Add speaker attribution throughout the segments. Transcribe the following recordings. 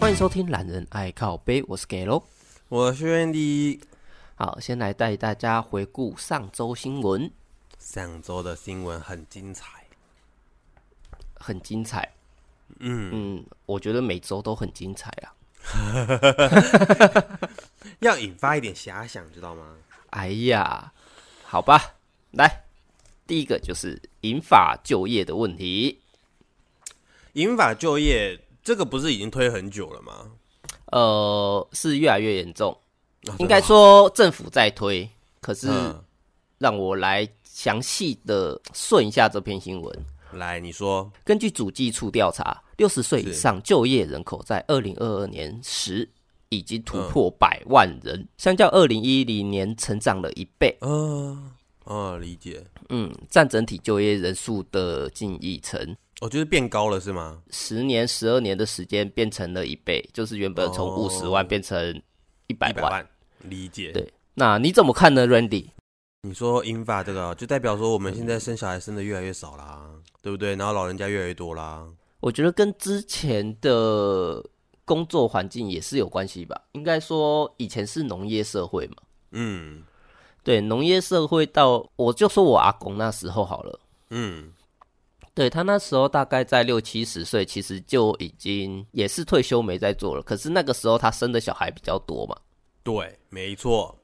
Speaker 1: 欢迎收听《懒人爱靠背》，我是 Gelo。
Speaker 2: 我是 Andy。
Speaker 1: 好，先来带大家回顾上周新闻，
Speaker 2: 上周的新闻很精彩，
Speaker 1: 很精彩。
Speaker 2: 嗯
Speaker 1: 嗯，我觉得每周都很精彩啊。
Speaker 2: 要引发一点遐想，知道吗？
Speaker 1: 哎呀，好吧，来，第一个就是银发就业的问题。
Speaker 2: 引法就业这个不是已经推很久了吗？
Speaker 1: 呃，是越来越严重，
Speaker 2: 哦
Speaker 1: 应该
Speaker 2: 真的
Speaker 1: 说政府在推，可是
Speaker 2: 嗯
Speaker 1: 让我来详细的顺一下这篇新闻。
Speaker 2: 吗来，你说，
Speaker 1: 根据主计处调查，六十岁以上就业人口在二零二二年时已经突破
Speaker 2: 嗯
Speaker 1: 百万人，相较二零一零年成长了一倍。
Speaker 2: 嗯、哦，理解。
Speaker 1: 嗯，占整体就业人数的近一成。
Speaker 2: 哦，就是变高了是吗？
Speaker 1: 十年、十二年的时间变成了一倍，就是原本从五
Speaker 2: 哦
Speaker 1: 十万变成一百
Speaker 2: 一百
Speaker 1: 万。
Speaker 2: 万，理解。
Speaker 1: 对那你怎么看呢，Randy？
Speaker 2: 你说英法这个，就代表说我们现在生小孩生的越来越少啦，对不对？然后老人家越来越多啦。
Speaker 1: 我觉得跟之前的工作环境也是有关系吧。应该说以前是农业社会嘛，
Speaker 2: 嗯
Speaker 1: 对，农业社会到我就说我阿公那时候好了，
Speaker 2: 嗯，
Speaker 1: 对他那时候大概在六七十岁，其实就已经也是退休没在做了。可是那个时候他生的小孩比较多嘛，
Speaker 2: 对，没错。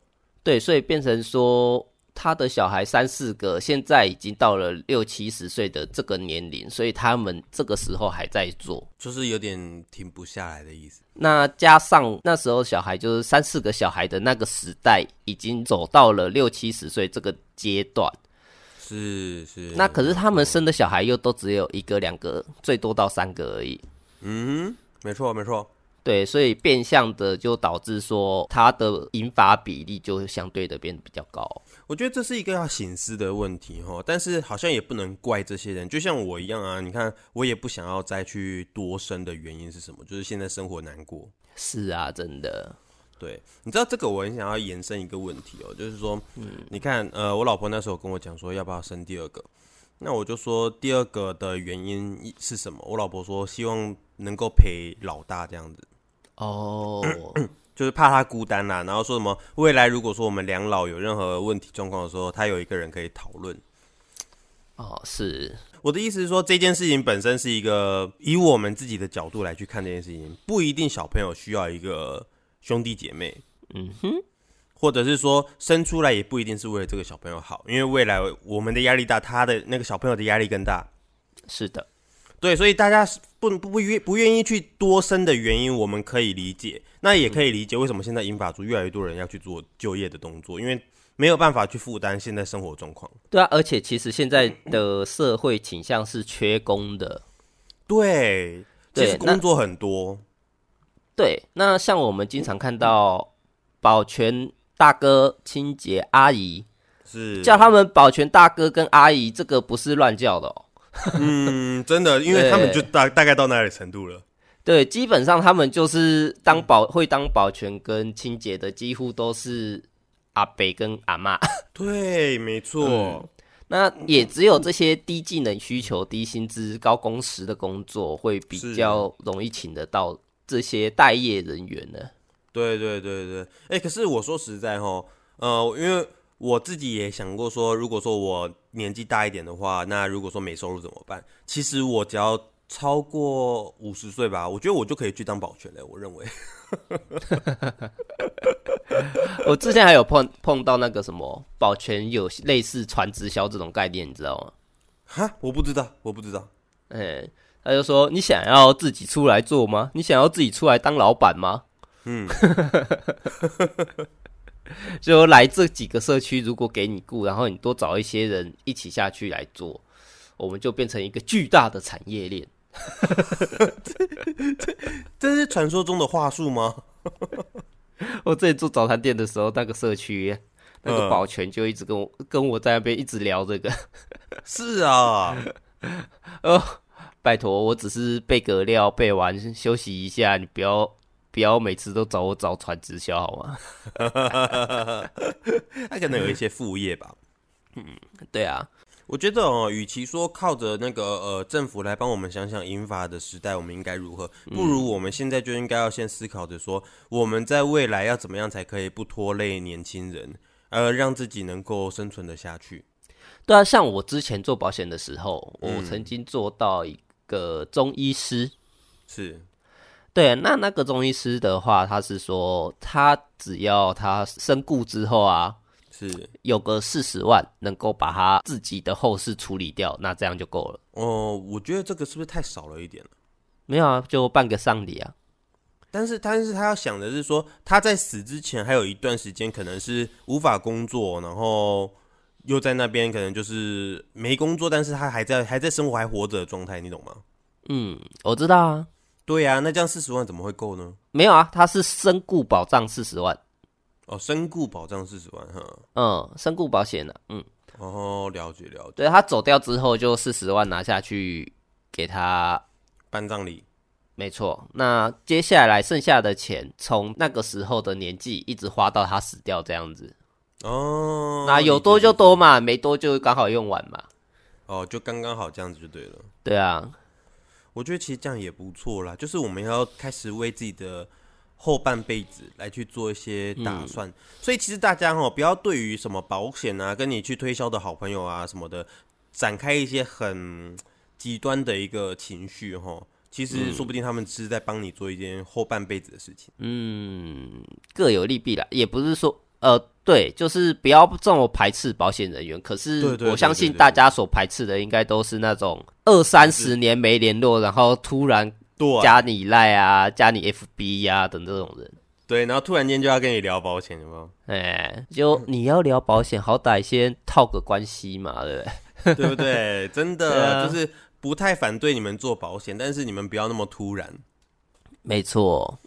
Speaker 1: 对，所以变成说他的小孩三四个，现在已经到了六七十岁的这个年龄，所以他们这个时候还在做。
Speaker 2: 就是有点停不下来的意思，
Speaker 1: 那加上那时候小孩就是三四个小孩的那个时代，已经走到了六七十岁这个阶段。
Speaker 2: 是是。
Speaker 1: 那可是他们生的小孩又都只有一个、两个，最多到三个而已。
Speaker 2: 嗯，没错没错，
Speaker 1: 对，所以变相的就导致说他的引法比例就相对的变得比较高。
Speaker 2: 我觉得这是一个要醒思的问题哈，但是好像也不能怪这些人，就像我一样啊。你看，我也不想要再去多生的原因是什么？就是现在生活难过。
Speaker 1: 是啊，真的。
Speaker 2: 对，你知道这个，我很想要延伸一个问题哦，就是说，你看，呃，我老婆那时候跟我讲说，要不要生第二个？那我就说第二个的原因是什么？我老婆说希望能够陪老大这样子，
Speaker 1: 哦，
Speaker 2: 就是怕他孤单啦、然后说什么未来如果说我们两老有任何问题状况的时候，他有一个人可以讨论。
Speaker 1: 哦，是，
Speaker 2: 我的意思是说，这件事情本身是一个以我们自己的角度来去看这件事情，不一定小朋友需要一个兄弟姐妹，
Speaker 1: 嗯哼，
Speaker 2: 或者是说生出来也不一定是为了这个小朋友好，因为未来我们的压力大，他的那个小朋友的压力更大。
Speaker 1: 是的，
Speaker 2: 对，所以大家不不不愿不愿意去多生的原因，我们可以理解，那也可以理解为什么现在英法族越来越多人要去做就业的动作，因为没有办法去负担现在生活状况。
Speaker 1: 对啊。而且其实现在的社会倾向是缺工的。
Speaker 2: 对，其实
Speaker 1: 对那
Speaker 2: 工作很多，
Speaker 1: 对，那像我们经常看到保全大哥、清洁阿姨，
Speaker 2: 是
Speaker 1: 叫他们保全大哥跟阿姨，这个不是乱叫的哦。
Speaker 2: 嗯，真 的，因为他们
Speaker 1: 对
Speaker 2: 就大大概到那里程度了。
Speaker 1: 对，基本上他们就是
Speaker 2: 嗯
Speaker 1: 当保、会当保全跟清洁的，几乎都是阿北跟阿妈。
Speaker 2: 对，没 错，
Speaker 1: 那也只有这些低技能需求、低薪资、高工时的工作，会比
Speaker 2: 是
Speaker 1: 较容易请得到这些待业人员 呢。
Speaker 2: 对对对对。哎、可是我说实在哈，呃，因为我自己也想过说，如果说我年纪大一点的话，那如果说没收入怎么办？其实我只要超过五十岁吧，我觉得我就可以去当保全了。我认为
Speaker 1: 我之前还有碰碰到那个什么保全有类似传直销这种概念，你知道吗？
Speaker 2: 哈， 我不知道，我不知道。
Speaker 1: 嗯，他就说你想要自己出来做吗？你想要自己出来当老板吗？
Speaker 2: 嗯，
Speaker 1: 就来这几个社区，如果给你雇，然后你多找一些人一起下去来做，我们就变成一个巨大的产业链。
Speaker 2: 这是传说中的话术吗？
Speaker 1: 我之前做早餐店的时候，那个社区那个
Speaker 2: 嗯
Speaker 1: 保全就一直跟我、跟我在那边一直聊这个，
Speaker 2: 是啊，
Speaker 1: 拜托，我只是备个料，备完休息一下，你不要不要每次都找我找传直销好吗？
Speaker 2: 他可能有一些副业吧。
Speaker 1: 对啊，
Speaker 2: 我觉得哦，与其说靠着那个呃政府来帮我们想想英法的时代我们应该如何，不如我们现在就应该要先思考着说，我们在未来要怎么样才可以不拖累年轻人，呃，让自己能够生存的下去。
Speaker 1: 对啊，像我之前做保险的时候，我曾经做到一个中医师。
Speaker 2: 是，
Speaker 1: 对，啊那那个中医师的话，他是说，他只要他身故之后啊，
Speaker 2: 是，
Speaker 1: 有个四十万，能够把他自己的后事处理掉，那这样就够了。
Speaker 2: 哦，我觉得这个是不是太少了一点了？
Speaker 1: 没有啊，就办个丧礼啊。
Speaker 2: 但是，但是他要想的是说，他在死之前还有一段时间，可能是无法工作，然后又在那边可能就是没工作，但是他还在还在生活还活着的状态，你懂吗？
Speaker 1: 嗯，我知道啊，
Speaker 2: 对呀、啊，那这样四十万怎么会够呢？
Speaker 1: 没有啊，他是身故保障四十万，
Speaker 2: 哦，身故保障四十万哈。
Speaker 1: 嗯，身故保险的、嗯，
Speaker 2: 哦，了解了解，
Speaker 1: 对他走掉之后就四十万拿下去给他，
Speaker 2: 办葬礼
Speaker 1: 没错。那接下来剩下的钱，从那个时候的年纪一直花到他死掉这样子，
Speaker 2: 哦，
Speaker 1: 那有多就多嘛，没多就刚好用完嘛。
Speaker 2: 哦，就刚刚好这样子就对了。
Speaker 1: 对啊，
Speaker 2: 我觉得其实这样也不错啦，就是我们要开始为自己的后半辈子来去做一些打算。
Speaker 1: 嗯
Speaker 2: 所以其实大家哈，不要对于什么保险啊，跟你去推销的好朋友啊什么的，展开一些很极端的一个情绪哈。其实说不定他们只是在帮你做一件后半辈子的事情。
Speaker 1: 嗯，各有利弊啦，也不是说呃，对，就是不要这么排斥保险人员。可
Speaker 2: 对
Speaker 1: 是
Speaker 2: 对
Speaker 1: 我相
Speaker 2: 对
Speaker 1: 信
Speaker 2: 对
Speaker 1: 大家所排斥的，应该都是那种二三十年没联络，然后突然
Speaker 2: 对
Speaker 1: 加你赖啊、加你 FB 呀、啊、等这种人。
Speaker 2: 对，然后突然间就要跟你聊保险，有没有？
Speaker 1: 哎、就
Speaker 2: 嗯
Speaker 1: 你要聊保险，好歹先套个关系嘛，对不对？
Speaker 2: 对不对？真
Speaker 1: 对
Speaker 2: 的、
Speaker 1: 啊
Speaker 2: 就是不太反对你们做保险，但是你们不要那么突然。
Speaker 1: 没错，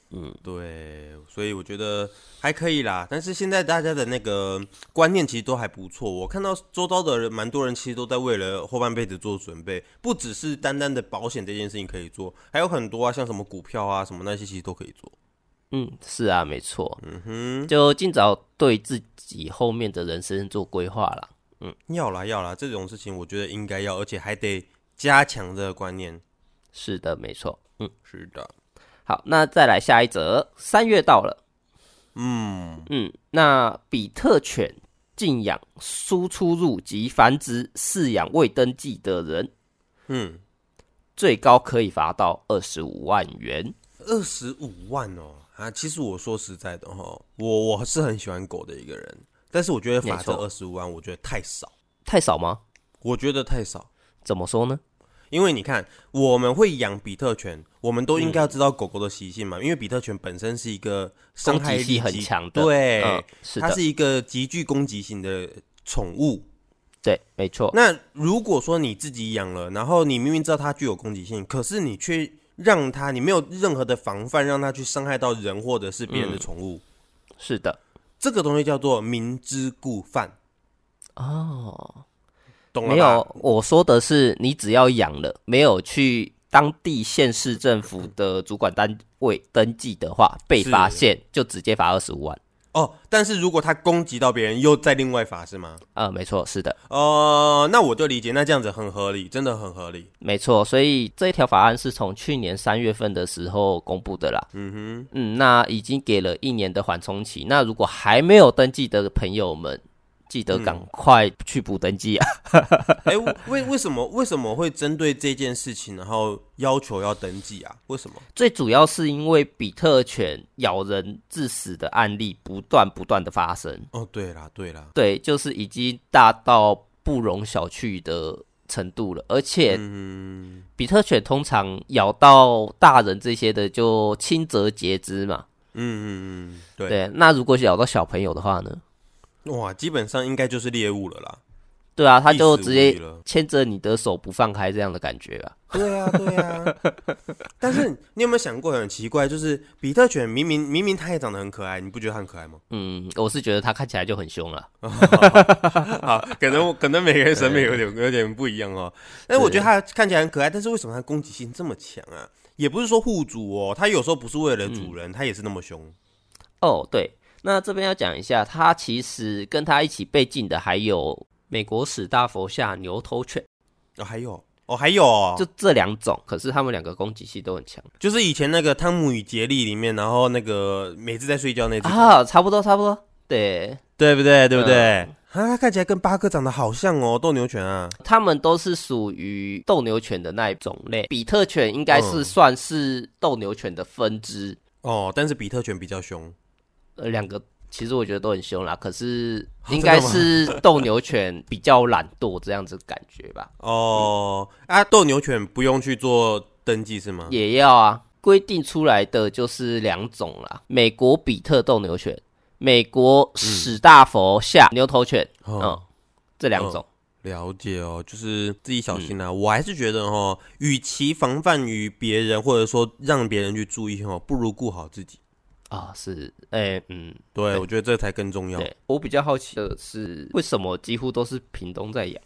Speaker 2: 对，所以我觉得还可以啦。但是现在大家的那个观念其实都还不错，我看到周遭的人，蛮多人其实都在为了后半辈子做准备，不只是单单的保险这件事情可以做，还有很多啊，像什么股票啊，什么那些其实都可以做。
Speaker 1: 嗯，是啊，没错，
Speaker 2: 嗯哼，
Speaker 1: 就尽早对自己后面的人生做规划啦。
Speaker 2: 要啦要啦，这种事情我觉得应该要，而且还得加强这个观念。
Speaker 1: 是的，没错。
Speaker 2: 是的，
Speaker 1: 好，那再来下一则，三月到了，
Speaker 2: 嗯，
Speaker 1: 嗯，那比特犬禁养输出入及繁殖饲养未登记的人，
Speaker 2: 嗯，
Speaker 1: 最高可以罚到二十五万元。
Speaker 2: 二十五万哦啊！其实我说实在的哈，我我是很喜欢狗的一个人，但是我觉得罚这
Speaker 1: 没错
Speaker 2: 二十五万，我觉得太少。
Speaker 1: 太少吗？
Speaker 2: 我觉得太少，
Speaker 1: 怎么说呢？
Speaker 2: 因为你看，我们会养比特犬，我们都应该要知道狗狗的习性嘛，因为比特犬本身是一个伤害力
Speaker 1: 嗯攻击
Speaker 2: 极
Speaker 1: 性很强的
Speaker 2: 对，
Speaker 1: 嗯是的
Speaker 2: 它是一个极具攻击性的宠物。
Speaker 1: 对，没错。
Speaker 2: 那如果说你自己养了，然后你明明知道它具有攻击性，可是你却让它，你没有任何的防范，让它去伤害到人或者是别
Speaker 1: 嗯
Speaker 2: 人的宠物，
Speaker 1: 是的。
Speaker 2: 这个东西叫做明知故犯，
Speaker 1: 哦，
Speaker 2: 懂了
Speaker 1: 没
Speaker 2: 吧？
Speaker 1: 有，我说的是你只要养了，没有去当地县市政府的主管单位登记的话，被
Speaker 2: 是
Speaker 1: 发现就直接罚二十五万。
Speaker 2: 哦，但是如果它攻击到别人，又再另外罚是吗？
Speaker 1: 啊、没错，是的，
Speaker 2: 哦，那我就理解，那这样子很合理，真的很 合理。
Speaker 1: 没错。所以这一条法案是从去年三月份的时候公布的啦。
Speaker 2: 嗯
Speaker 1: 嗯，那已经给了一年的缓冲期。那如果还没有登记的朋友们，记得赶快去补登记啊。
Speaker 2: 哼，哎、为为什么为什么会针对这件事情，然后要求要登记啊？为什么？
Speaker 1: 最主要是因为比特犬咬人致死的案例不断不断的发生。
Speaker 2: 哦，对啦，对啦，
Speaker 1: 对，就是已经大到不容小觑的程度了。而且，
Speaker 2: 嗯
Speaker 1: 比特犬通常咬到大人这些的就轻则截肢嘛。
Speaker 2: 嗯嗯嗯，对，
Speaker 1: 对，那如果咬到小朋友的话呢？
Speaker 2: 哇，基本上应该就是猎物了啦。
Speaker 1: 对啊，他就
Speaker 2: 必死
Speaker 1: 直
Speaker 2: 无疑
Speaker 1: 接
Speaker 2: 了
Speaker 1: 牵着你的手不放开这样的感觉吧。
Speaker 2: 对啊，对 啊。但是你有没有想过，很奇怪，就是比特犬明明明明它也长得很可爱，你不觉得它很可爱吗？
Speaker 1: 嗯，我是觉得他看起来就很凶了。
Speaker 2: 啊，可能我 可能每个人审美有点有点不一样哦。但是我觉得它看起来很可爱，但是为什么它攻击性这么强啊？也不是说护主哦，它有时候不是为了主人，它、也是那么凶。
Speaker 1: 哦，对，那这边要讲一下，他其实跟他一起被禁的还有美国史大佛下牛头犬，
Speaker 2: 哦，还有哦，还有哦，
Speaker 1: 就这两种。可是他们两个攻击性都很强
Speaker 2: 就是以前那个《汤姆与杰利》里面，然后那个每次在睡觉那只，
Speaker 1: 啊，差不多差不多。对，
Speaker 2: 对不对？对不对？啊，它看起来跟巴克长得好像哦，斗牛犬啊。
Speaker 1: 他们都是属于斗牛犬的那一种类，比特犬应该是
Speaker 2: 嗯
Speaker 1: 算是斗牛犬的分支。
Speaker 2: 哦，但是比特犬比较凶。
Speaker 1: 呃，两个其实我觉得都很凶啦，可是
Speaker 2: 哦
Speaker 1: 应该
Speaker 2: 真的吗
Speaker 1: 是斗牛犬比较懒惰这样子感觉吧，
Speaker 2: 哦，啊，斗牛犬不用去做登记是吗？
Speaker 1: 也要啊。规定出来的就是两种啦，美国比特斗牛犬、美国
Speaker 2: 嗯
Speaker 1: 史大佛下牛头犬，嗯，
Speaker 2: 哦，
Speaker 1: 这两
Speaker 2: 嗯
Speaker 1: 种。
Speaker 2: 了解哦，就是自己小心啦、啊
Speaker 1: 嗯
Speaker 2: 我还是觉得哦，与其防范于别人，或者说让别人去注意哦，不如顾好自己。
Speaker 1: 啊、是，哎、嗯，
Speaker 2: 对，
Speaker 1: 对
Speaker 2: 我觉得这才更重要。
Speaker 1: 对，我比较好奇的是，为什么几乎都是屏东在养？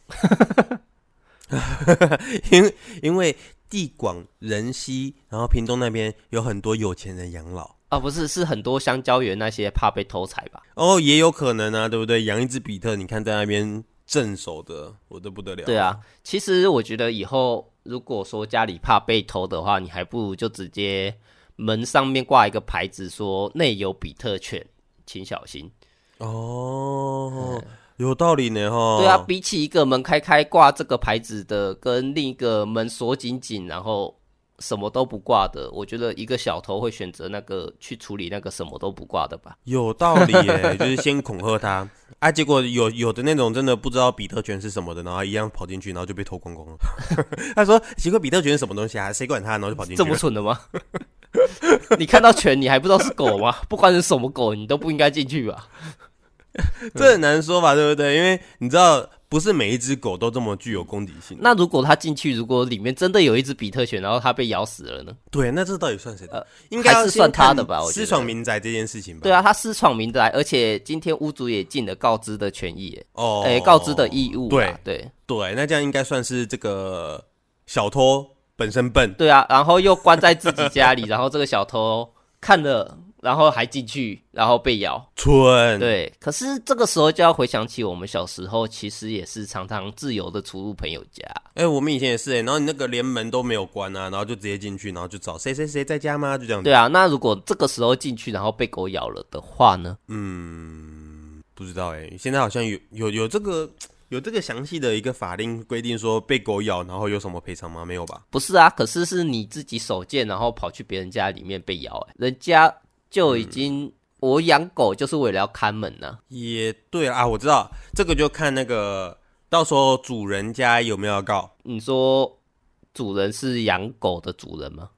Speaker 2: 因为因为地广人稀，然后屏东那边有很多有钱人养老。
Speaker 1: 啊，不是，是很多香蕉园那些怕被偷采吧？
Speaker 2: 哦，也有可能啊，对不对？养一只比特，你看在那边镇守的，我都不得了。
Speaker 1: 对啊，其实我觉得以后如果说家里怕被偷的话，你还不如就直接门上面挂一个牌子说内有比特犬，请小心。
Speaker 2: 哦，有道理呢哈。
Speaker 1: 哎对啊，比起一个门开开挂这个牌子的，跟另一个门锁紧紧，然后什么都不挂的，我觉得一个小偷会选择那个去处理那个什么都不挂的吧。
Speaker 2: 有道理耶， 就是先恐吓他啊，结果有有的那种真的不知道比特犬是什么的，然后一样跑进去，然后就被偷光光了。 他说：“奇怪，比特犬是什么东西啊？谁管他？”然后就跑进去
Speaker 1: 这么
Speaker 2: 了。
Speaker 1: 蠢的吗？ 你看到犬，你还不知道是狗吗？ 不管是什么狗，你都不应该进去吧？
Speaker 2: 这很难说吧，对不对？因为你知道，不是每一只狗都这么具有攻击性。
Speaker 1: 那如果他进去，如果里面真的有一只比特犬，然后它被咬死了呢？
Speaker 2: 对，那这到底算谁的
Speaker 1: 呃？
Speaker 2: 应该要
Speaker 1: 还是
Speaker 2: 先
Speaker 1: 算他
Speaker 2: 看
Speaker 1: 的吧我觉
Speaker 2: 私
Speaker 1: 得
Speaker 2: 闯民宅这件事情吧。
Speaker 1: 对啊，，他私闯民宅，而且今天屋主也尽了告知的权益耶，
Speaker 2: 哦，
Speaker 1: 诶、哎告知的义务
Speaker 2: 对
Speaker 1: 啦。对
Speaker 2: 对，那这样应该算是这个小偷本身笨。
Speaker 1: 对啊，然后又关在自己家里，然后这个小偷看了，然后还进去，然后被咬。
Speaker 2: 蠢，
Speaker 1: 对，可是这个时候就要回想起我们小时候，其实也是常常自由的出入朋友家。
Speaker 2: 哎、我们以前也是哎、然后你那个连门都没有关啊，然后就直接进去，然后就找谁谁谁在家吗？就这样子。
Speaker 1: 对啊，那如果这个时候进去，然后被狗咬了的话呢？
Speaker 2: 嗯，不知道哎、现在好像有有有这个有这个详细的一个法令规定说被狗咬，然后有什么赔偿吗？没有吧？
Speaker 1: 不是啊，可是是你自己手贱，然后跑去别人家里面被咬、欸，人家就已经、我养狗就是为了要看门呢、
Speaker 2: 也对啊，我知道这个就看那个到时候主人家有没有要告。
Speaker 1: 你说主人是养狗的主人吗？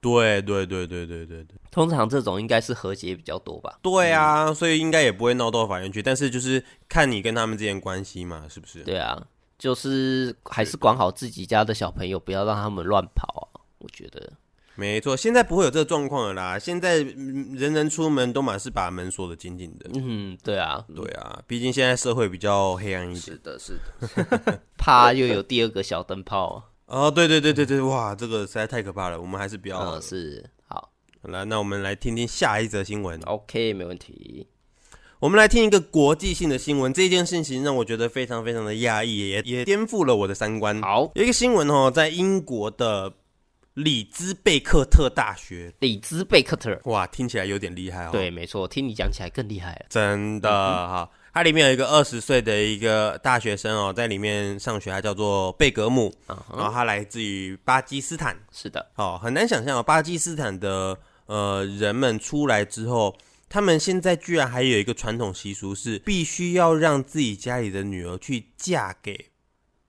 Speaker 2: 对对对对对对对，
Speaker 1: 通常这种应该是和解比较多吧？
Speaker 2: 对
Speaker 1: 嗯
Speaker 2: 啊，所以应该也不会闹到法院去，但是就是看你跟他们之间关系嘛，是不是？
Speaker 1: 对啊，就是还是管好自己家的小朋友，不要让他们乱跑啊。我觉得
Speaker 2: 没错，现在不会有这个状况了啦。现在嗯人人出门都满是把门锁得紧紧的。
Speaker 1: 嗯，对啊，
Speaker 2: 对啊，毕竟现在社会比较黑暗一点。
Speaker 1: 是的，是的， 怕又有第二个小灯泡啊。
Speaker 2: 哦，对对对对对，哇，这个实在太可怕了，我们还是不要好了
Speaker 1: 嗯，。是好
Speaker 2: 好来，那我们来听听下一则新闻。
Speaker 1: ，OK，没问题。
Speaker 2: 我们来听一个国际性的新闻，这件事情让我觉得非常非常的压抑，也也颠覆了我的三观。
Speaker 1: 好，
Speaker 2: 有一个新闻哦，在英国的里兹贝克特大学，
Speaker 1: 里兹贝克特尔。
Speaker 2: 哇，听起来有点厉害哦。
Speaker 1: 对，嗯没错，听你讲起来更厉害了。
Speaker 2: 真的哈。它里面有一个二十岁的一个大学生哦，在里面上学，他叫做贝格姆，
Speaker 1: 嗯哼，
Speaker 2: 然后他来自于巴基斯坦。
Speaker 1: 是的，
Speaker 2: 哦，很难想象哦，巴基斯坦的呃人们出来之后，他们现在居然还有一个传统习俗是必须要让自己家里的女儿去嫁给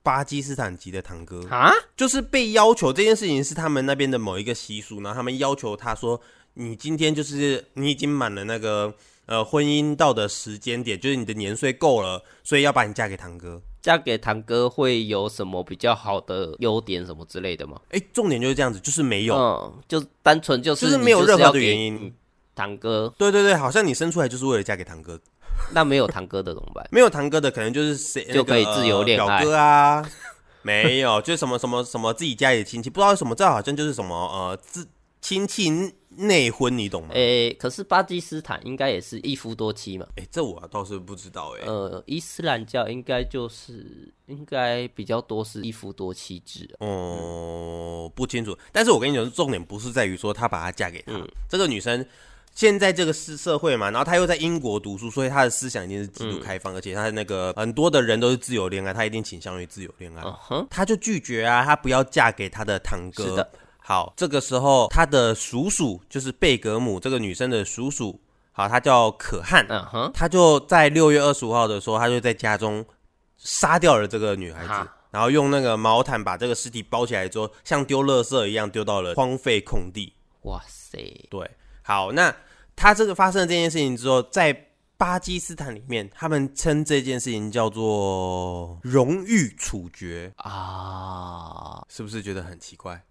Speaker 2: 巴基斯坦籍的堂哥。
Speaker 1: 啊，
Speaker 2: 就是被要求这件事情是他们那边的某一个习俗，然后他们要求他说，你今天就是你已经满了那个呃婚姻到的时间点，就是你的年岁够了，所以要把你嫁给堂哥。
Speaker 1: 嫁给堂哥会有什么比较好的优点什么之类的吗？
Speaker 2: 哎，重点就是这样子，就是没有，
Speaker 1: 嗯，就单纯就是
Speaker 2: 就是
Speaker 1: 你
Speaker 2: 没有任
Speaker 1: 要
Speaker 2: 何的
Speaker 1: 给
Speaker 2: 原因
Speaker 1: 嗯。堂哥，
Speaker 2: 对对对，好像你生出来就是为了嫁给堂哥，
Speaker 1: 那没有堂哥的怎么办？
Speaker 2: 没有堂哥的可能就是谁
Speaker 1: 就可以
Speaker 2: 那个
Speaker 1: 自由恋爱
Speaker 2: 表哥啊， 没有，就是什么什么什么自己家里的亲戚，不知道为什么，这好像就是什么呃自亲戚内婚，你懂吗？哎、
Speaker 1: 诶、可是巴基斯坦应该也是一夫多妻嘛？
Speaker 2: 这我倒是不知道哎、
Speaker 1: 呃，伊斯兰教应该就是应该比较多是一夫多妻制啊、
Speaker 2: 哦，不清楚。但是我跟你讲，重点不是在于说她把她嫁给
Speaker 1: 嗯
Speaker 2: 他、这个女生。现在这个是社会嘛，然后她又在英国读书，所以她的思想一定是极
Speaker 1: 嗯
Speaker 2: 度开放，而且她的那个很多的人都是自由恋爱，她一定倾向于自由恋爱。
Speaker 1: 嗯哼，
Speaker 2: 她就拒绝啊，她不要嫁给她的堂哥。
Speaker 1: 是的。
Speaker 2: 好，这个时候她的叔叔就是贝格姆这个女生的叔叔，好，他叫可汗，
Speaker 1: 嗯哼，
Speaker 2: 他就在六月二十五号的时候，他就在家中杀掉了这个女孩子
Speaker 1: 哈，
Speaker 2: 然后用那个毛毯把这个尸体包起来之后，像丢垃圾一样丢到了荒废空地。
Speaker 1: 哇塞，
Speaker 2: 对，好，那他这个发生了这件事情之后，在巴基斯坦里面，他们称这件事情叫做荣誉处决，
Speaker 1: 啊，
Speaker 2: 是不是觉得很奇怪？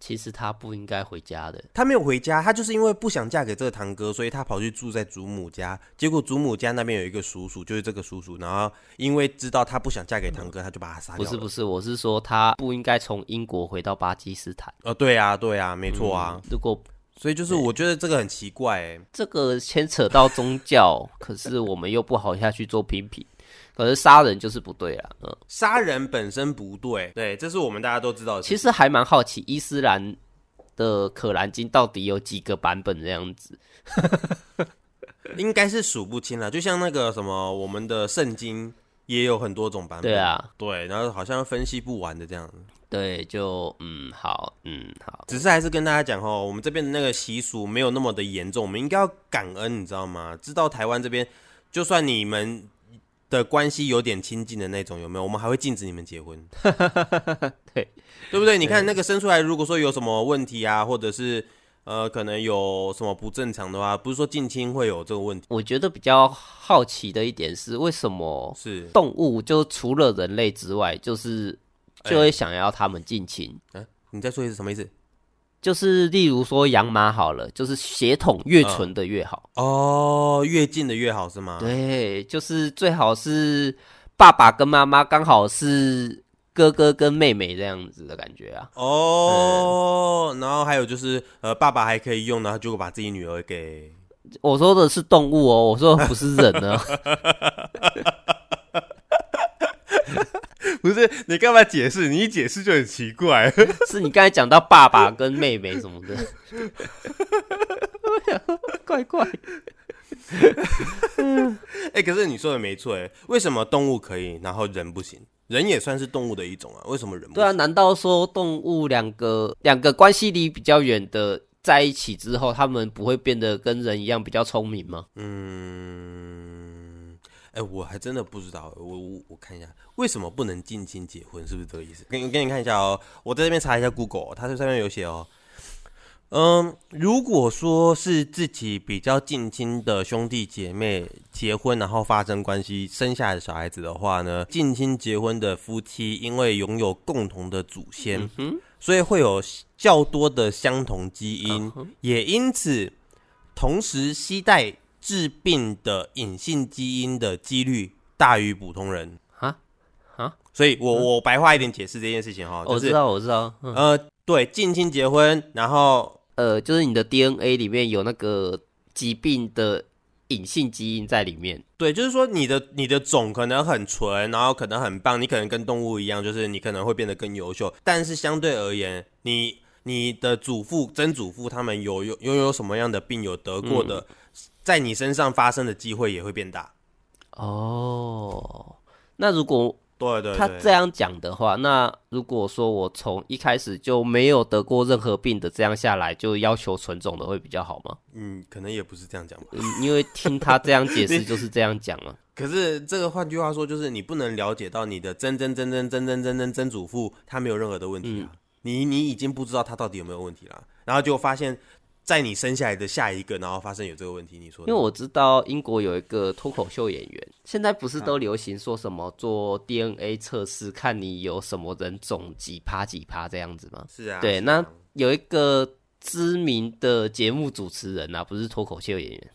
Speaker 1: 其实他不应该回家的。
Speaker 2: 她没有回家，她就是因为不想嫁给这个堂哥，所以她跑去住在祖母家。结果祖母家那边有一个叔叔，就是这个叔叔，然后因为知道她不想嫁给堂哥，他就把他杀掉
Speaker 1: 不
Speaker 2: 啊了。
Speaker 1: 是不是，我是说他不应该从英国回到巴基斯坦。
Speaker 2: 呃，对啊，对啊，没错啊。
Speaker 1: 如果
Speaker 2: 所以就是我觉得这个很奇怪、欸，
Speaker 1: 这个牵扯到宗 教，可是我们又不好下去做批评。可是杀人就是不对啊，嗯，
Speaker 2: 杀人本身不对，对，这是我们大家都知道的事。
Speaker 1: 其实还蛮好奇伊斯兰的《可兰经》到底有几个版本这样子。
Speaker 2: 应该是数不清了，就像那个什么，我们的圣经也有很多种版本。
Speaker 1: 对，啊，
Speaker 2: 对，然后好像分析不完的这样。
Speaker 1: 对，就嗯好，嗯好，
Speaker 2: 只是还是跟大家讲哈，我们这边的那个习俗没有那么的严重，我们应该要感恩，你知道吗？知道台湾这边，就算你们的关系有点亲近的那种，有没有？我们还会禁止你们结 婚，
Speaker 1: 对
Speaker 2: 对不对？你看那个生出来，如果说有什么问题啊，或者是呃，可能有什么不正常的话，不是说近亲会有这个问题，
Speaker 1: 我觉得比较好奇的一点是，为什么
Speaker 2: 是
Speaker 1: 动物就除了人类之外，就是就
Speaker 2: 哎
Speaker 1: 会想要他们近亲？
Speaker 2: 你再说一次什么意思？
Speaker 1: 就是例如说养马好了，就是血统越纯的越好。
Speaker 2: 哦，越近的越好是
Speaker 1: 嗯
Speaker 2: 吗？
Speaker 1: 对，就是最好是爸爸跟妈妈刚好是哥哥跟妹妹这样子的感觉啊。
Speaker 2: 哦，然后还有就是，呃，爸爸还可以用，然后结果把自己女儿给
Speaker 1: 我说的是动物哦，我说的不是人 呢。
Speaker 2: 不是你干嘛解释？你一解释就很奇怪。
Speaker 1: 是你刚才讲到爸爸跟妹妹什么的，怪怪。
Speaker 2: 哎、可是你说的没错，哎，为什么动物可以，然后人不行？人也算是动物的一种啊，为什么人不行？
Speaker 1: 对啊，难道说动物两个两个关系离比较远的在一起之后，他们不会变得跟人一样比较聪明吗？
Speaker 2: 嗯，哎、我还真的不知道，我我我看一下，为什么不能近亲结婚？是不是这个意思？给你给你看一下哦，我在这边查一下 Google，它这上面有写哦。嗯，如果说是自己比较近亲的兄弟姐妹结婚，然后发生关系生下来的小孩子的话呢，近亲结婚的夫妻因为拥有共同的祖先，
Speaker 1: 嗯
Speaker 2: 所以会有较多的相同基
Speaker 1: 嗯
Speaker 2: 因，也因此同时携带致病的隐性基因的几率大于普通人。
Speaker 1: 啊啊！
Speaker 2: 所以我我白话一点解释这件事情哈，就
Speaker 1: 哦我知
Speaker 2: 是
Speaker 1: 道，我知道，嗯
Speaker 2: 呃，对，近亲结婚，然后
Speaker 1: 呃，就是你的 DNA 里面有那个疾病的隐性基因在里面。
Speaker 2: 对，就是说你的你的种可能很纯，然后可能很棒，你可能跟动物一样，就是你可能会变得更优秀，但是相对而言，你你的祖父、曾祖父他们有有拥有什么样的病，有得过的，
Speaker 1: 嗯
Speaker 2: 在你身上发生的机会也会变大。
Speaker 1: 哦，那如果
Speaker 2: 对对对，
Speaker 1: 他这样讲的话，那如果说我从一开始就没有得过任何病的，这样下来就要求纯种的会比较好吗？
Speaker 2: 嗯，可能也不是这样讲吧。
Speaker 1: 嗯，因为听他这样解释就是这样讲了。啊
Speaker 2: 可是这个换句话说，就是你不能了解到你的曾曾曾曾曾曾曾曾曾祖父他没有任何的问题
Speaker 1: 嗯
Speaker 2: 啊，你你已经不知道他到底有没有问题啦，然后就发现，在你生下来的下一个，然后发生有这个问题，你说
Speaker 1: 因为我知道英国有一个脱口秀演员，现在不是
Speaker 2: 嗯
Speaker 1: 都流行说什么做 DNA 测试，看你有什么人种几趴几趴这样子吗？
Speaker 2: 是啊，
Speaker 1: 对，
Speaker 2: 是啊
Speaker 1: 那有一个知名的节目主持人啊，不是脱口秀演员，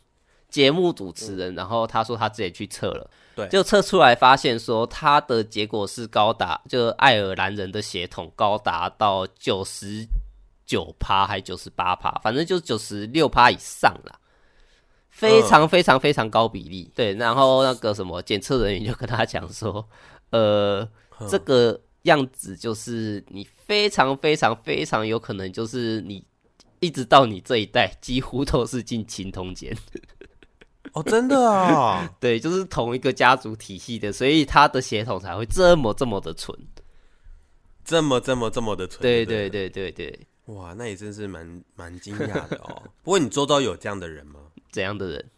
Speaker 1: 节目主持人，然后他说他自己去测了，
Speaker 2: 对
Speaker 1: 就测出来发现说他的结果是高达，就爱尔兰人的血统高达到九十九趴还九十八趴，反正就是九十六趴以上啦，非常非常非常高比例。对，然后那个什么检测人员就跟他讲说，呃，这个样子就是你非常非常非常有可能就是你一直到你这一代几乎都是进青铜剑，
Speaker 2: 哦，真的啊、
Speaker 1: 对，就是同一个家族体系的，所以他的血统才会这么这么的纯。
Speaker 2: 这么这么这么的纯，
Speaker 1: 对
Speaker 2: 对
Speaker 1: 对对对对，
Speaker 2: 对，哇，那也真是蛮蛮惊讶的哦。不过你周遭有这样的人吗？
Speaker 1: 怎样的人？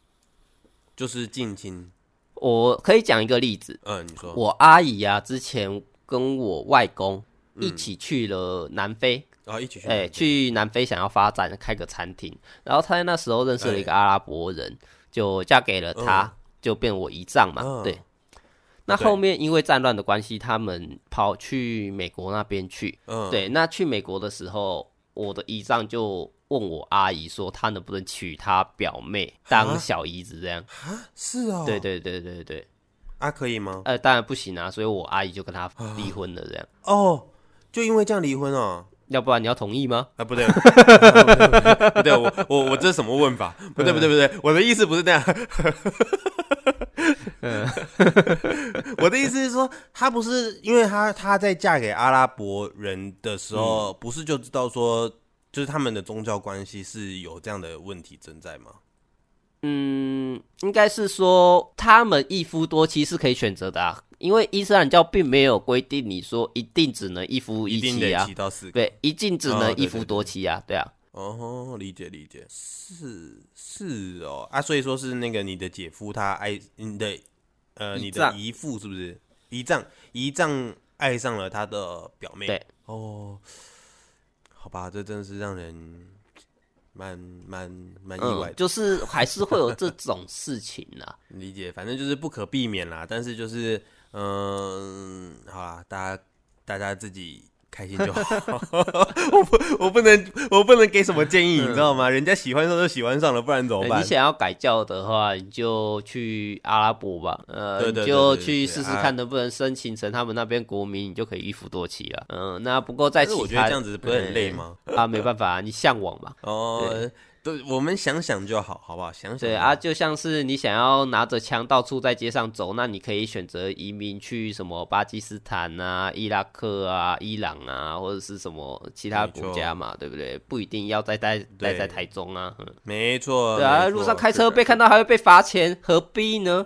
Speaker 2: 就是近亲，
Speaker 1: 我可以讲一个例子，
Speaker 2: 嗯、你说，
Speaker 1: 我阿姨啊，之前跟我外公一起去了南非，
Speaker 2: 然后哦一起去，
Speaker 1: 哎、嗯去南非想要发展开个餐厅，然后她在那时候认识了一个阿拉伯人，就嫁给了他，就变我姨丈嘛，
Speaker 2: 嗯
Speaker 1: 嗯对。那
Speaker 2: 对
Speaker 1: 后面因为战乱的关系，他们跑去美国那边去。
Speaker 2: 嗯，
Speaker 1: 对，那去美国的时候，我的姨丈就问我阿姨说，她能不能娶她表妹当小姨子这样？
Speaker 2: 是啊哦，
Speaker 1: 对对对对对。
Speaker 2: 啊，可以吗？
Speaker 1: 呃，当然不行啊，所以我阿姨就跟他
Speaker 2: 啊
Speaker 1: 离婚了，这样。
Speaker 2: 哦，就因为这样离婚哦。
Speaker 1: 要不然你要同意吗？
Speaker 2: 啊，不对， 不对，不对，我我我这是什么问法？不对，不对，不对，我的意思不是那样。 我的意思是说，她不是因为她她在嫁给阿拉伯人的时候，不是就知道说，就是他们的宗教关系是有这样的问题存在吗？
Speaker 1: 嗯，应该是说他们一夫多妻是可以选择的啊，因为伊斯兰教并没有规定你说一定只能一夫
Speaker 2: 一定
Speaker 1: 妻
Speaker 2: 得
Speaker 1: 啊
Speaker 2: 提，到四个。
Speaker 1: 对，一定只
Speaker 2: 哦
Speaker 1: 能
Speaker 2: 对
Speaker 1: 一夫多妻啊，对啊，
Speaker 2: 哦，理解理解，是是哦啊，所以说是那个你的姐夫他爱你的呃
Speaker 1: 姨
Speaker 2: 你的
Speaker 1: 丈
Speaker 2: 姨父是不是姨丈姨丈爱上了他的表妹？
Speaker 1: 对
Speaker 2: 哦，好吧，这真的是让人蛮蛮蛮意外
Speaker 1: 嗯，
Speaker 2: 的、
Speaker 1: 就是还是会有这种事情啊。
Speaker 2: 理解，反正就是不可避免啦，但是就是嗯、好啦，大家大家自己。开心就好， 我不，我不能，我不能给什么建议，你知道吗？人家喜欢上就喜欢上了，不然怎么
Speaker 1: 呃
Speaker 2: 办
Speaker 1: 你？想要改教的话，你就去阿拉伯吧，呃，
Speaker 2: 对对
Speaker 1: 你
Speaker 2: 对
Speaker 1: 就
Speaker 2: 对对
Speaker 1: 去
Speaker 2: 对
Speaker 1: 试试
Speaker 2: 啊
Speaker 1: 看能不能申请成他们那边国民，你就可以一夫多妻了。嗯、那不过在
Speaker 2: 但是
Speaker 1: 其
Speaker 2: 我觉得
Speaker 1: 他
Speaker 2: 这样子不是很累吗？
Speaker 1: 嗯啊，没办法、你向往嘛。
Speaker 2: 哦，对，我们想想就好，好不好？想想就
Speaker 1: 对
Speaker 2: 好
Speaker 1: 啊，，就像是你想要拿着枪到处在街上走，那你可以选择移民去什么巴基斯坦啊、伊拉克啊、伊朗啊，或者是什么其他
Speaker 2: 没错
Speaker 1: 国家嘛，对不对？不一定要待待待在台中啊。嗯
Speaker 2: 没错，
Speaker 1: 对啊，
Speaker 2: 没错
Speaker 1: 路上开车
Speaker 2: 是的
Speaker 1: 被看到还会被罚钱，何必呢？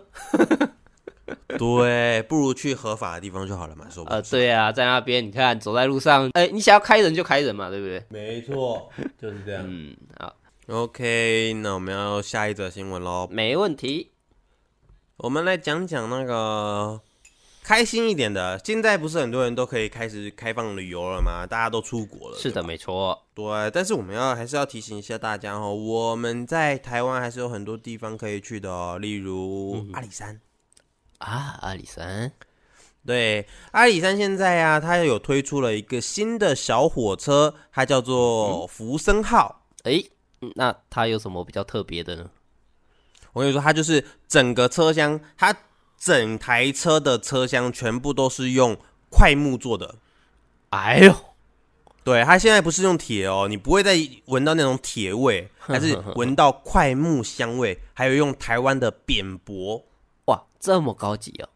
Speaker 2: 对，不如去合法的地方就好了嘛，说不
Speaker 1: 呃，
Speaker 2: 定，
Speaker 1: 对啊，在那边你看走在路上，哎、你想要开人就开人嘛，对不对？
Speaker 2: 没错，就是这样。
Speaker 1: 嗯，好，
Speaker 2: OK，那我们要下一则新闻喽，
Speaker 1: 没问题。
Speaker 2: 我们来讲讲那个。开心一点的，现在不是很多人都可以开始开放旅游了吗？大家都出国了，
Speaker 1: 是的，没错。
Speaker 2: 对，但是我们要还是要提醒一下大家哦，我们在台湾还是有很多地方可以去的哦，例
Speaker 1: 嗯
Speaker 2: 如阿里山。
Speaker 1: 啊，阿里山，
Speaker 2: 对，阿里山现在啊，它有推出了一个新的小火车，它叫
Speaker 1: 嗯
Speaker 2: 做福生号。
Speaker 1: 哎、那它有什么比较特别的呢？
Speaker 2: 我跟你说，它就是整个车厢，它整台车的车厢全部都是用块木做的。
Speaker 1: 哎呦，
Speaker 2: 对，它现在不是用铁哦，你不会再闻到那种铁味，还 是闻到块木香味，还有用台湾的扁柏
Speaker 1: 哇，这么高级哦！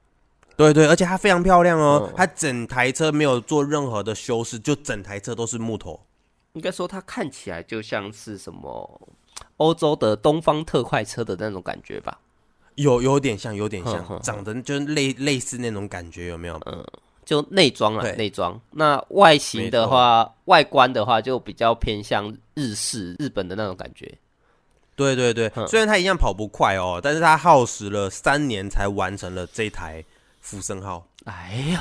Speaker 2: 对对，而且它非常漂亮哦，
Speaker 1: 嗯
Speaker 2: 它整台车没有做任何的修饰，就整台车都是木头。
Speaker 1: 应该说它看起来就像是什么欧洲的东方特快车的那种感觉吧，
Speaker 2: 有有点像，有点
Speaker 1: 哼哼嗯
Speaker 2: 像，长得就是类类似那种感觉，有没有？
Speaker 1: 就内装啦，
Speaker 2: 对
Speaker 1: 内装。那外形的
Speaker 2: 没错
Speaker 1: 话，外观的话就比较偏向日式、日本的那种感觉。
Speaker 2: 对对对，虽然它一样跑不快哦，但是它耗时了三年才完成了这台福生号，
Speaker 1: 哎呦，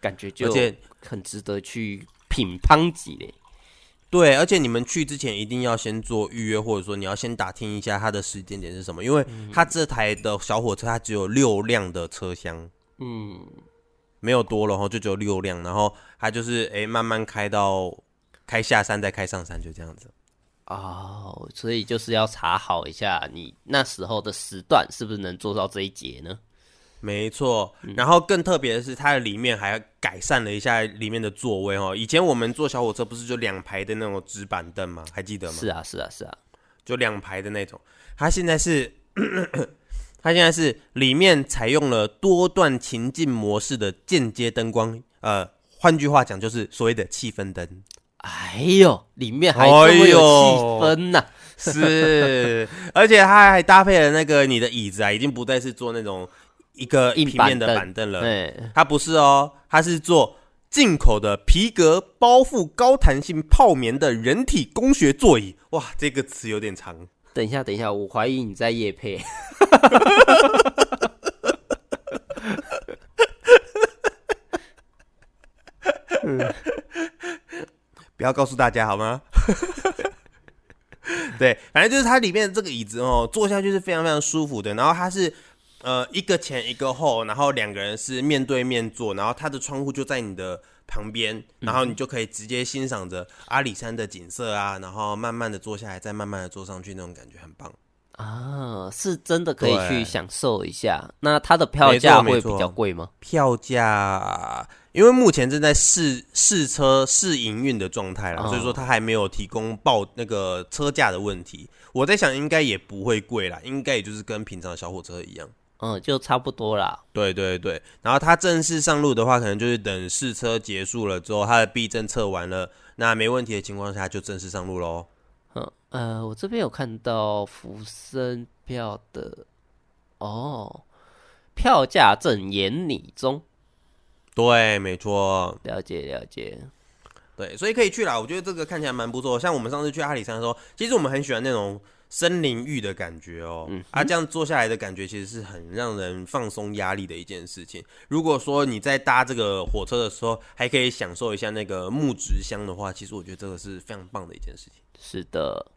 Speaker 1: 感觉
Speaker 2: 而
Speaker 1: 就
Speaker 2: 且
Speaker 1: 很值得去品乓级嘞。
Speaker 2: 对，而且你们去之前一定要先做预约，或者说你要先打听一下它的时间点是什么，因为它这台的小火车它只有六辆的车厢，
Speaker 1: 嗯，
Speaker 2: 没有多了哈，就只有六辆，然后它就是哎慢慢开到开下山再开上山，就这样子。
Speaker 1: 哦，所以就是要查好一下你那时候的时段是不是能做到这一节呢？
Speaker 2: 没错，然后更特别的是，它的里面还改善了一下里面的座位哦。以前我们坐小火车不是就两排的那种直板凳吗？还记得吗？
Speaker 1: 是啊，是啊，是啊，
Speaker 2: 就两排的那种。它现在是， 它现在是里面采用了多段情境模式的间接灯光，呃，换句话讲就是所谓的气氛灯。
Speaker 1: 哎呦，里面还这么有气氛呐、
Speaker 2: 是， 而且它还搭配了那个你的椅子啊，已经不再是坐那种一个
Speaker 1: 硬
Speaker 2: 平
Speaker 1: 板
Speaker 2: 面的
Speaker 1: 凳
Speaker 2: 板凳了，
Speaker 1: 哎，
Speaker 2: 它不是哦，它是做进口的皮革包覆高弹性泡棉的人体工学座椅。哇，这个词有点长。
Speaker 1: 等一下，等一下，我怀疑你在夜配。
Speaker 2: 不要告诉大家好吗？ 对，反正就是它里面这个椅子哦，坐下去是非常非常舒服的。然后它是呃一个前一个后，然后两个人是面对面坐，然后它的窗户就在你的旁边，然后你就可以直接欣赏着阿里山的景色啊，然后慢慢的坐下来，再慢慢的坐上去，那种感觉很棒。
Speaker 1: 啊，是真的可以
Speaker 2: 对
Speaker 1: 去享受一下。那它的票
Speaker 2: 没错
Speaker 1: 价
Speaker 2: 没
Speaker 1: 会
Speaker 2: 错
Speaker 1: 比较贵吗？
Speaker 2: 票价，因为目前正在试试车试营运的状态啦，
Speaker 1: 哦
Speaker 2: 所以说它还没有提供报那个车价的问题。我在想，应该也不会贵啦，应该也就是跟平常的小火车一样。
Speaker 1: 嗯，就差不多啦。
Speaker 2: 对对对，然后它正式上路的话，可能就是等试车结束了之后，它的避震测完了，那没问题的情况下就正式上路喽。
Speaker 1: 嗯，呃，我这边有看到福生票的，哦，票价正言拟中，
Speaker 2: 对，没错，
Speaker 1: 了解了解。
Speaker 2: 对，所以可以去啦。我觉得这个看起来蛮不错。像我们上次去阿里山的时候，其实我们很喜欢那种森林浴的感觉哦、
Speaker 1: 嗯
Speaker 2: 啊，这样坐下来的感觉其实是很让人放松压力的一件事情。如果说你在搭这个火车的时候，还可以享受一下那个木质香的话，其实我觉得这个是非常棒的一件事情。
Speaker 1: 是的，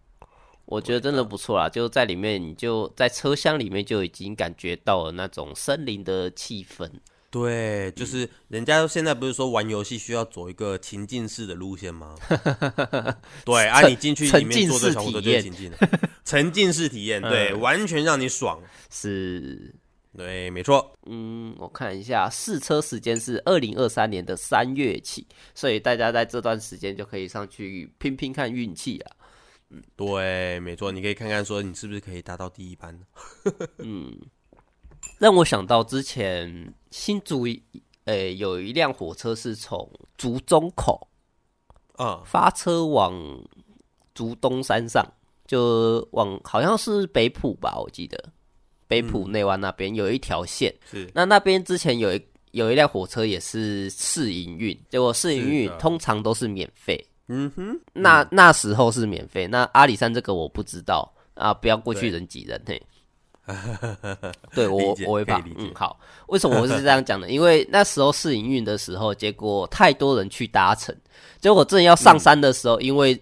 Speaker 1: 我觉得真的不错啦，就在里面，你就在车厢里面就已经感觉到了那种森林的气氛。
Speaker 2: 对，
Speaker 1: 嗯
Speaker 2: 就是人家现在不是说玩游戏需要走一个情境式的路 线吗？对啊，你进去里
Speaker 1: 沉
Speaker 2: 面
Speaker 1: 浸
Speaker 2: 坐这
Speaker 1: 式
Speaker 2: 小火车
Speaker 1: 体
Speaker 2: 就是
Speaker 1: 验
Speaker 2: 情境了，沉浸式体 验，对，完全让你爽。
Speaker 1: 是，
Speaker 2: 对，没错。
Speaker 1: 嗯，我看一下，试车时间是二零二三年的三月起，所以大家在这段时间就可以上去拼拼看运气啊。
Speaker 2: 对，没错，你可以看看说你是不是可以搭到第一班。
Speaker 1: 让我想到之前新竹，诶、有一辆火车是从竹中口
Speaker 2: 啊、
Speaker 1: 发车往竹东山上，就往好像是北浦吧，我记得北
Speaker 2: 嗯
Speaker 1: 浦内湾那边有一条线。
Speaker 2: 是
Speaker 1: 那那边之前有一有一辆火车也是试营运，结果试营
Speaker 2: 是
Speaker 1: 运
Speaker 2: 的
Speaker 1: 通常都是免费，
Speaker 2: 嗯哼，
Speaker 1: 那那时候是免费，那阿里山这个我不知道啊，不要过去人挤人 嘿。对我
Speaker 2: 理解
Speaker 1: 我会怕
Speaker 2: 可以理，
Speaker 1: 嗯，
Speaker 2: 解
Speaker 1: 好，为什么我是这样讲 呢？因为那时候试营运的时候，结果太多人去搭乘，结果正要上山的时候，因为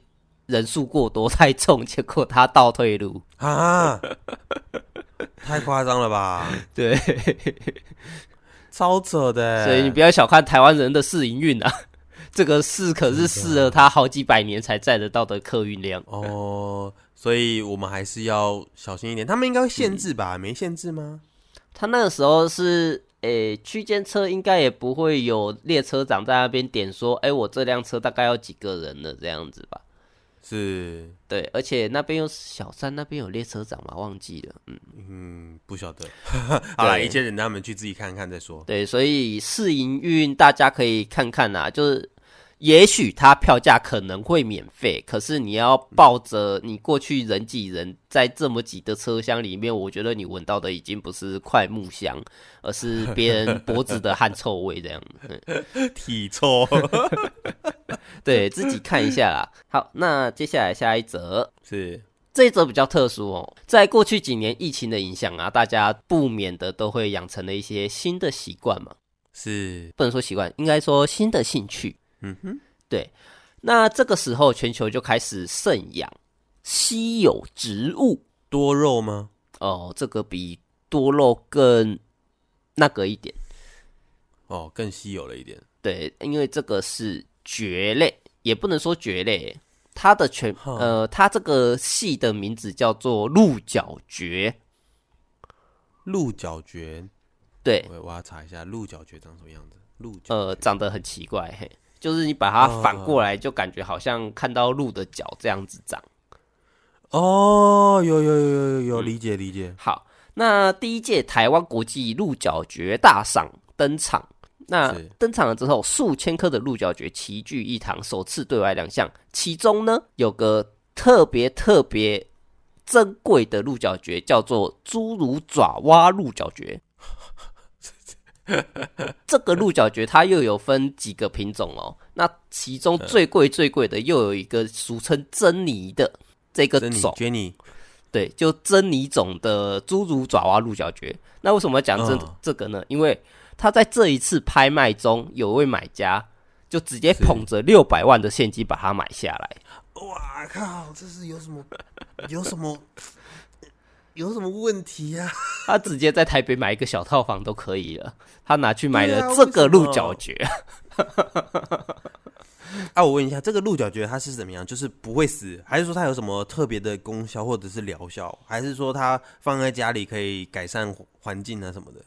Speaker 1: 人数过多太重，结果他倒退路。
Speaker 2: 啊， 太夸张了吧，
Speaker 1: 对，
Speaker 2: 超扯的。欸
Speaker 1: 所以你不要小看台湾人的试营运啊，这个试可是试了他好几百年才载得到的客运量。
Speaker 2: 哦，所以我们还是要小心一点。他们应该会限制
Speaker 1: 嗯
Speaker 2: 吧？没限制吗？
Speaker 1: 他那个时候是，诶、区间车应该也不会有列车长在那边点说，诶、我这辆车大概要几个人了这样子吧。
Speaker 2: 是，
Speaker 1: 对，而且那边又是小站，那边有列车长嘛，忘记了。嗯，
Speaker 2: 嗯，不晓 得。好了，
Speaker 1: 对
Speaker 2: 一切等他们去自己看看再说。
Speaker 1: 对，所以试营运大家可以看看呐、就是也许它票价可能会免费，可是你要抱着你过去人挤人，在这么挤的车厢里面，我觉得你闻到的已经不是快木香，而是别人脖子的汗臭味这样。
Speaker 2: 体 臭
Speaker 1: 对自己看一下啦。好，那接下来下一则，
Speaker 2: 是，
Speaker 1: 这一则比较特殊哦。在过去几年疫情的影响啊，大家不免的都会养成了一些新的习惯嘛，
Speaker 2: 是，
Speaker 1: 不能说习惯，应该说新的兴趣。
Speaker 2: 嗯哼，
Speaker 1: 对，那这个时候全球就开始盛养稀有植物
Speaker 2: 多肉吗？
Speaker 1: 哦，这个比多肉更那个一点。
Speaker 2: 哦，更稀有了一点。
Speaker 1: 对，因为这个是蕨类，也不能说蕨类，它的全
Speaker 2: 哼
Speaker 1: 呃，它这个系的名字叫做鹿角蕨。
Speaker 2: 鹿角蕨，
Speaker 1: 对，
Speaker 2: 我我要查一下鹿角蕨长什么样子。鹿角
Speaker 1: 呃，长得很奇怪，嘿，就是你把它反
Speaker 2: 啊
Speaker 1: 过来，就感觉好像看到鹿的脚这样子长。
Speaker 2: 哦，有有有有有有，理解理解。
Speaker 1: 好，那第一届台湾国际鹿角蕨大赏登场。那
Speaker 2: 是
Speaker 1: 登场了之后，数千颗的鹿角蕨齐聚一堂，首次对外亮相。其中呢，有个特别特别珍贵的鹿角蕨，叫做侏儒爪哇鹿角 蕨。这个鹿角蕨它又有分几个品种哦。那其中
Speaker 2: 嗯
Speaker 1: 最贵最贵的，又有一个俗称珍妮的这个
Speaker 2: 珍妮
Speaker 1: 种。
Speaker 2: Jenny，
Speaker 1: 对，就珍妮种的侏儒爪哇鹿角蕨。那为什么要讲这、
Speaker 2: 嗯
Speaker 1: 这个呢？因为他在这一次拍卖中，有位买家就直接捧着六百万的现金把它买下来。
Speaker 2: 哇靠，这是有什么有什么有什么问题呀、
Speaker 1: 他直接在台北买一个小套房都可以了，他拿去买
Speaker 2: 对啊
Speaker 1: 了这个
Speaker 2: 为什么
Speaker 1: 鹿角蕨。
Speaker 2: 啊？我问一下，这个鹿角蕨它是怎么样？就是不会死，还是说它有什么特别的功效或者是疗效？还是说它放在家里可以改善环境啊什么的？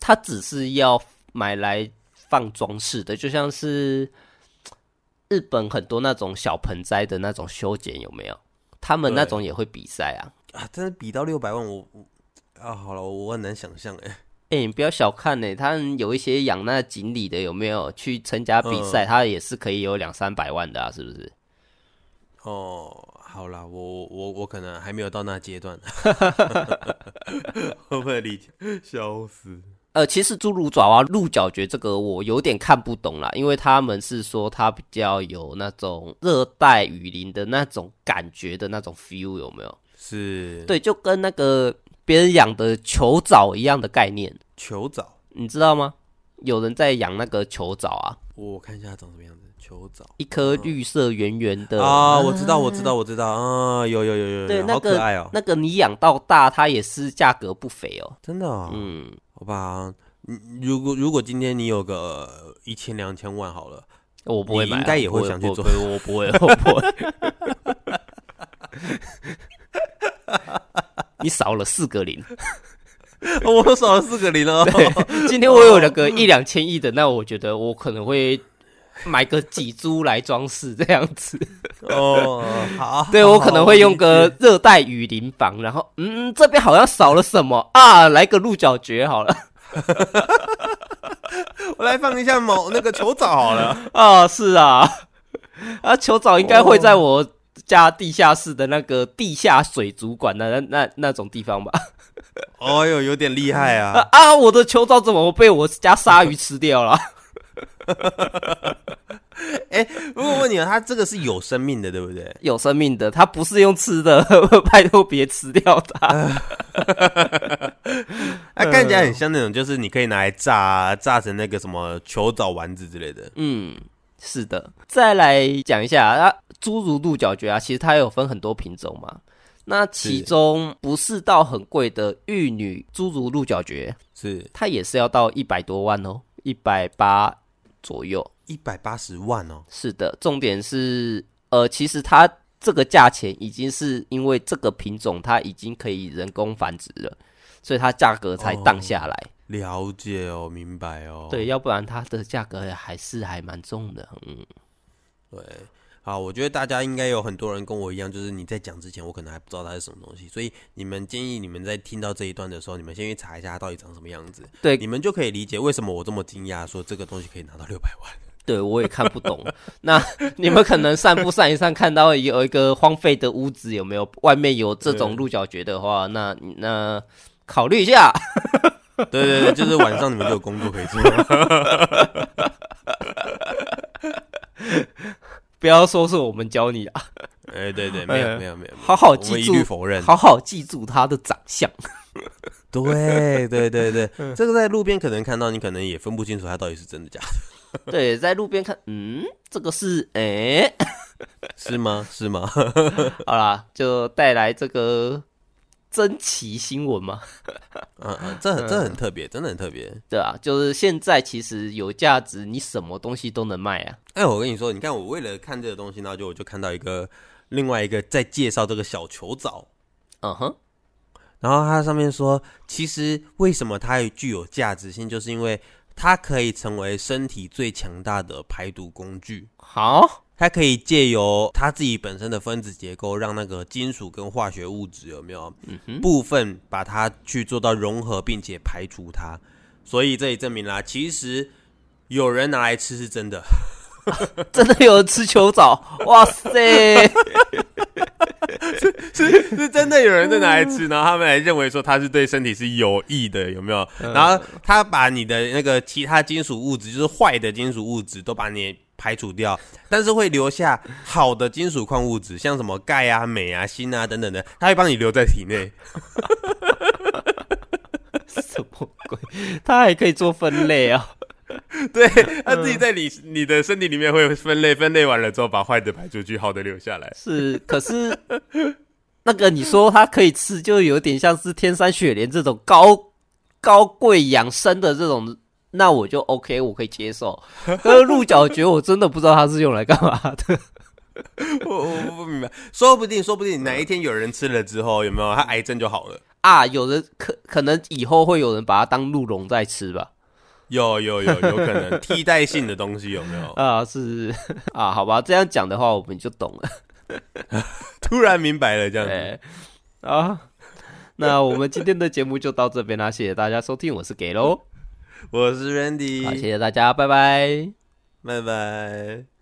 Speaker 1: 他只是要买来放装饰的，就像是日本很多那种小盆栽的那种修剪，有没有？他们那
Speaker 2: 对
Speaker 1: 种也会比赛啊。
Speaker 2: 啊，真的比到六百万，我我啊，好了，我很难想象哎、
Speaker 1: 哎、你不要小看呢、他们有一些养那锦鲤的，有没有去参加比
Speaker 2: 嗯
Speaker 1: 赛？他也是可以有两三百万的啊，是不是？
Speaker 2: 哦，好啦，我我我可能还没有到那阶段， 会不会理解？笑死！
Speaker 1: 呃，其实侏儒爪哇鹿角蕨这个我有点看不懂啦，因为他们是说它比较有那种热带雨林的那种感觉的那种 feel，有没有？
Speaker 2: 是
Speaker 1: 对，就跟那个别人养的球藻一样的概念，
Speaker 2: 球藻，
Speaker 1: 你知道吗？有人在养那个球藻啊，
Speaker 2: 我看一下它长什么样子。球藻
Speaker 1: 一颗绿色圆圆的
Speaker 2: 啊，我知道，我知道，我知道啊，有有有有
Speaker 1: 对
Speaker 2: 有，
Speaker 1: 那
Speaker 2: 好
Speaker 1: 个
Speaker 2: 可爱哦，
Speaker 1: 那个你养到大，它也是价格不菲哦。
Speaker 2: 真的哦，
Speaker 1: 嗯，
Speaker 2: 好吧。嗯如果如果今天你有个一千两千万好 了，
Speaker 1: 我不会
Speaker 2: 你
Speaker 1: 买啊，
Speaker 2: 应该也
Speaker 1: 不
Speaker 2: 会想去
Speaker 1: 不
Speaker 2: 做
Speaker 1: 不我不会，我不会。 你少了四个零。
Speaker 2: 我少了四个零了。
Speaker 1: 今天我有那个一两千亿的，那我觉得我可能会买个几株来装饰这样子。
Speaker 2: 哦，好，
Speaker 1: 对我可能会用
Speaker 2: 好
Speaker 1: 个热带雨林房，然后嗯，这边好像少了什么啊，来个鹿角蕨好了。
Speaker 2: 我来放一下某那个球藻好了。
Speaker 1: 啊，是啊，啊，球藻应该会
Speaker 2: 哦
Speaker 1: 在我家地下室的那个地下水族馆的那那那种地方吧？
Speaker 2: 哦哟，有点厉害
Speaker 1: 啊
Speaker 2: 啊！
Speaker 1: 啊，我的球藻怎么被我家鲨鱼吃掉了？
Speaker 2: 如果问你啊，它这个是有生命的，对不对？
Speaker 1: 有生命的，它不是用吃的， 拜托别吃掉它。
Speaker 2: 它看起来很像那种，就是你可以拿来炸啊炸成那个什么球藻丸子之类的。
Speaker 1: 嗯，是的。再来讲一下啊，侏儒鹿角蕨啊，其实它有分很多品种嘛。那其
Speaker 2: 是
Speaker 1: 中不是到很贵的玉女侏儒鹿角蕨，
Speaker 2: 是
Speaker 1: 它也是要到一百多万哦，一百八左右。
Speaker 2: 一百八十万哦，
Speaker 1: 是的，重点是，呃，其实它这个价钱已经是因为这个品种它已经可以人工繁殖了，所以它价格才荡下来。
Speaker 2: 了解哦，明白哦。
Speaker 1: 对，要不然它的价格还是还蛮重的。嗯，
Speaker 2: 对，好，我觉得大家应该有很多人跟我一样，就是你在讲之前，我可能还不知道它是什么东西，所以你们建议你们在听到这一段的时候，你们先去查一下它到底长什么样子，
Speaker 1: 对
Speaker 2: 你们就可以理解为什么我这么惊讶，说这个东西可以拿到六百 万。
Speaker 1: 对我也看不 懂。那你们可能散步散一散，看到有一个荒废的屋子，有没有外面有这种
Speaker 2: 对
Speaker 1: 鹿角蕨的话，那那考虑一 下。
Speaker 2: 对对对，就是晚上你们就有工作可 以做。
Speaker 1: 不要说是我们教你啊，
Speaker 2: 哎，对对，没
Speaker 1: 哎
Speaker 2: 有没有没有，
Speaker 1: 好好
Speaker 2: 我
Speaker 1: 记
Speaker 2: 们一
Speaker 1: 住
Speaker 2: 律否认。
Speaker 1: 好好记住它的长相。
Speaker 2: 对对对对，这个在路边可能看到，你可能也分不清楚它到底是真的假的，
Speaker 1: 对，在路边看，嗯，这个是诶、
Speaker 2: 是吗？是吗？
Speaker 1: 好啦，就带来这个珍奇新闻嘛，
Speaker 2: 嗯嗯，这很这很特别，真的很特别。
Speaker 1: 对啊，就是现在其实有价值，你什么东西都能卖啊。
Speaker 2: 哎，我跟你说，你看我为了看这个东西，然后就我就看到一个另外一个在介绍这个小球藻，
Speaker 1: 嗯哼，
Speaker 2: 然后它上面说，其实为什么它具有价值性，就是因为它可以成为身体最强大的排毒工具。
Speaker 1: 好，
Speaker 2: 它可以借由它自己本身的分子结构，让那个金属跟化学物质有没有、
Speaker 1: 嗯
Speaker 2: 部分把它去做到融合，并且排除它。所以这也证明啦，其实有人拿来吃是真的。
Speaker 1: 真的有人吃球藻，哇塞！
Speaker 2: 是是真的有人在拿来吃，然后他们还认为说它是对身体是有益的，有没有？然后他把你的那个其他金属物质，就是坏的金属物质都把你排除掉，但是会留下好的金属矿物质，像什么钙啊、镁啊、锌啊等等的，它会帮你留在体内。
Speaker 1: 什么鬼？它还可以做分类啊！
Speaker 2: 对，它自己在你你的身体里面会分类，分类完了之后把坏的排出去，好的留下来。
Speaker 1: 是，可是那个你说它可以吃，就有点像是天山雪莲这种高高贵养生的这种，那我就 OK，我可以接受。可是鹿角蕨，我真的不知道它是用来干嘛的。
Speaker 2: 我我我不明白，说不定说不定哪一天有人吃了之后，有没有他癌症就好了？
Speaker 1: 啊，有人可可能以后会有人把它当鹿茸在吃吧？
Speaker 2: 有有有有可能替代性的东西有没有？
Speaker 1: 啊，是 啊，好吧，这样讲的话我们就懂了。
Speaker 2: 突然明白了这样子。
Speaker 1: 对啊，那我们今天的节目就到这边啦，谢谢大家收听，我是给喽，
Speaker 2: 我是
Speaker 1: 好，谢
Speaker 2: Randy，
Speaker 1: 谢大家，拜拜。
Speaker 2: 拜拜。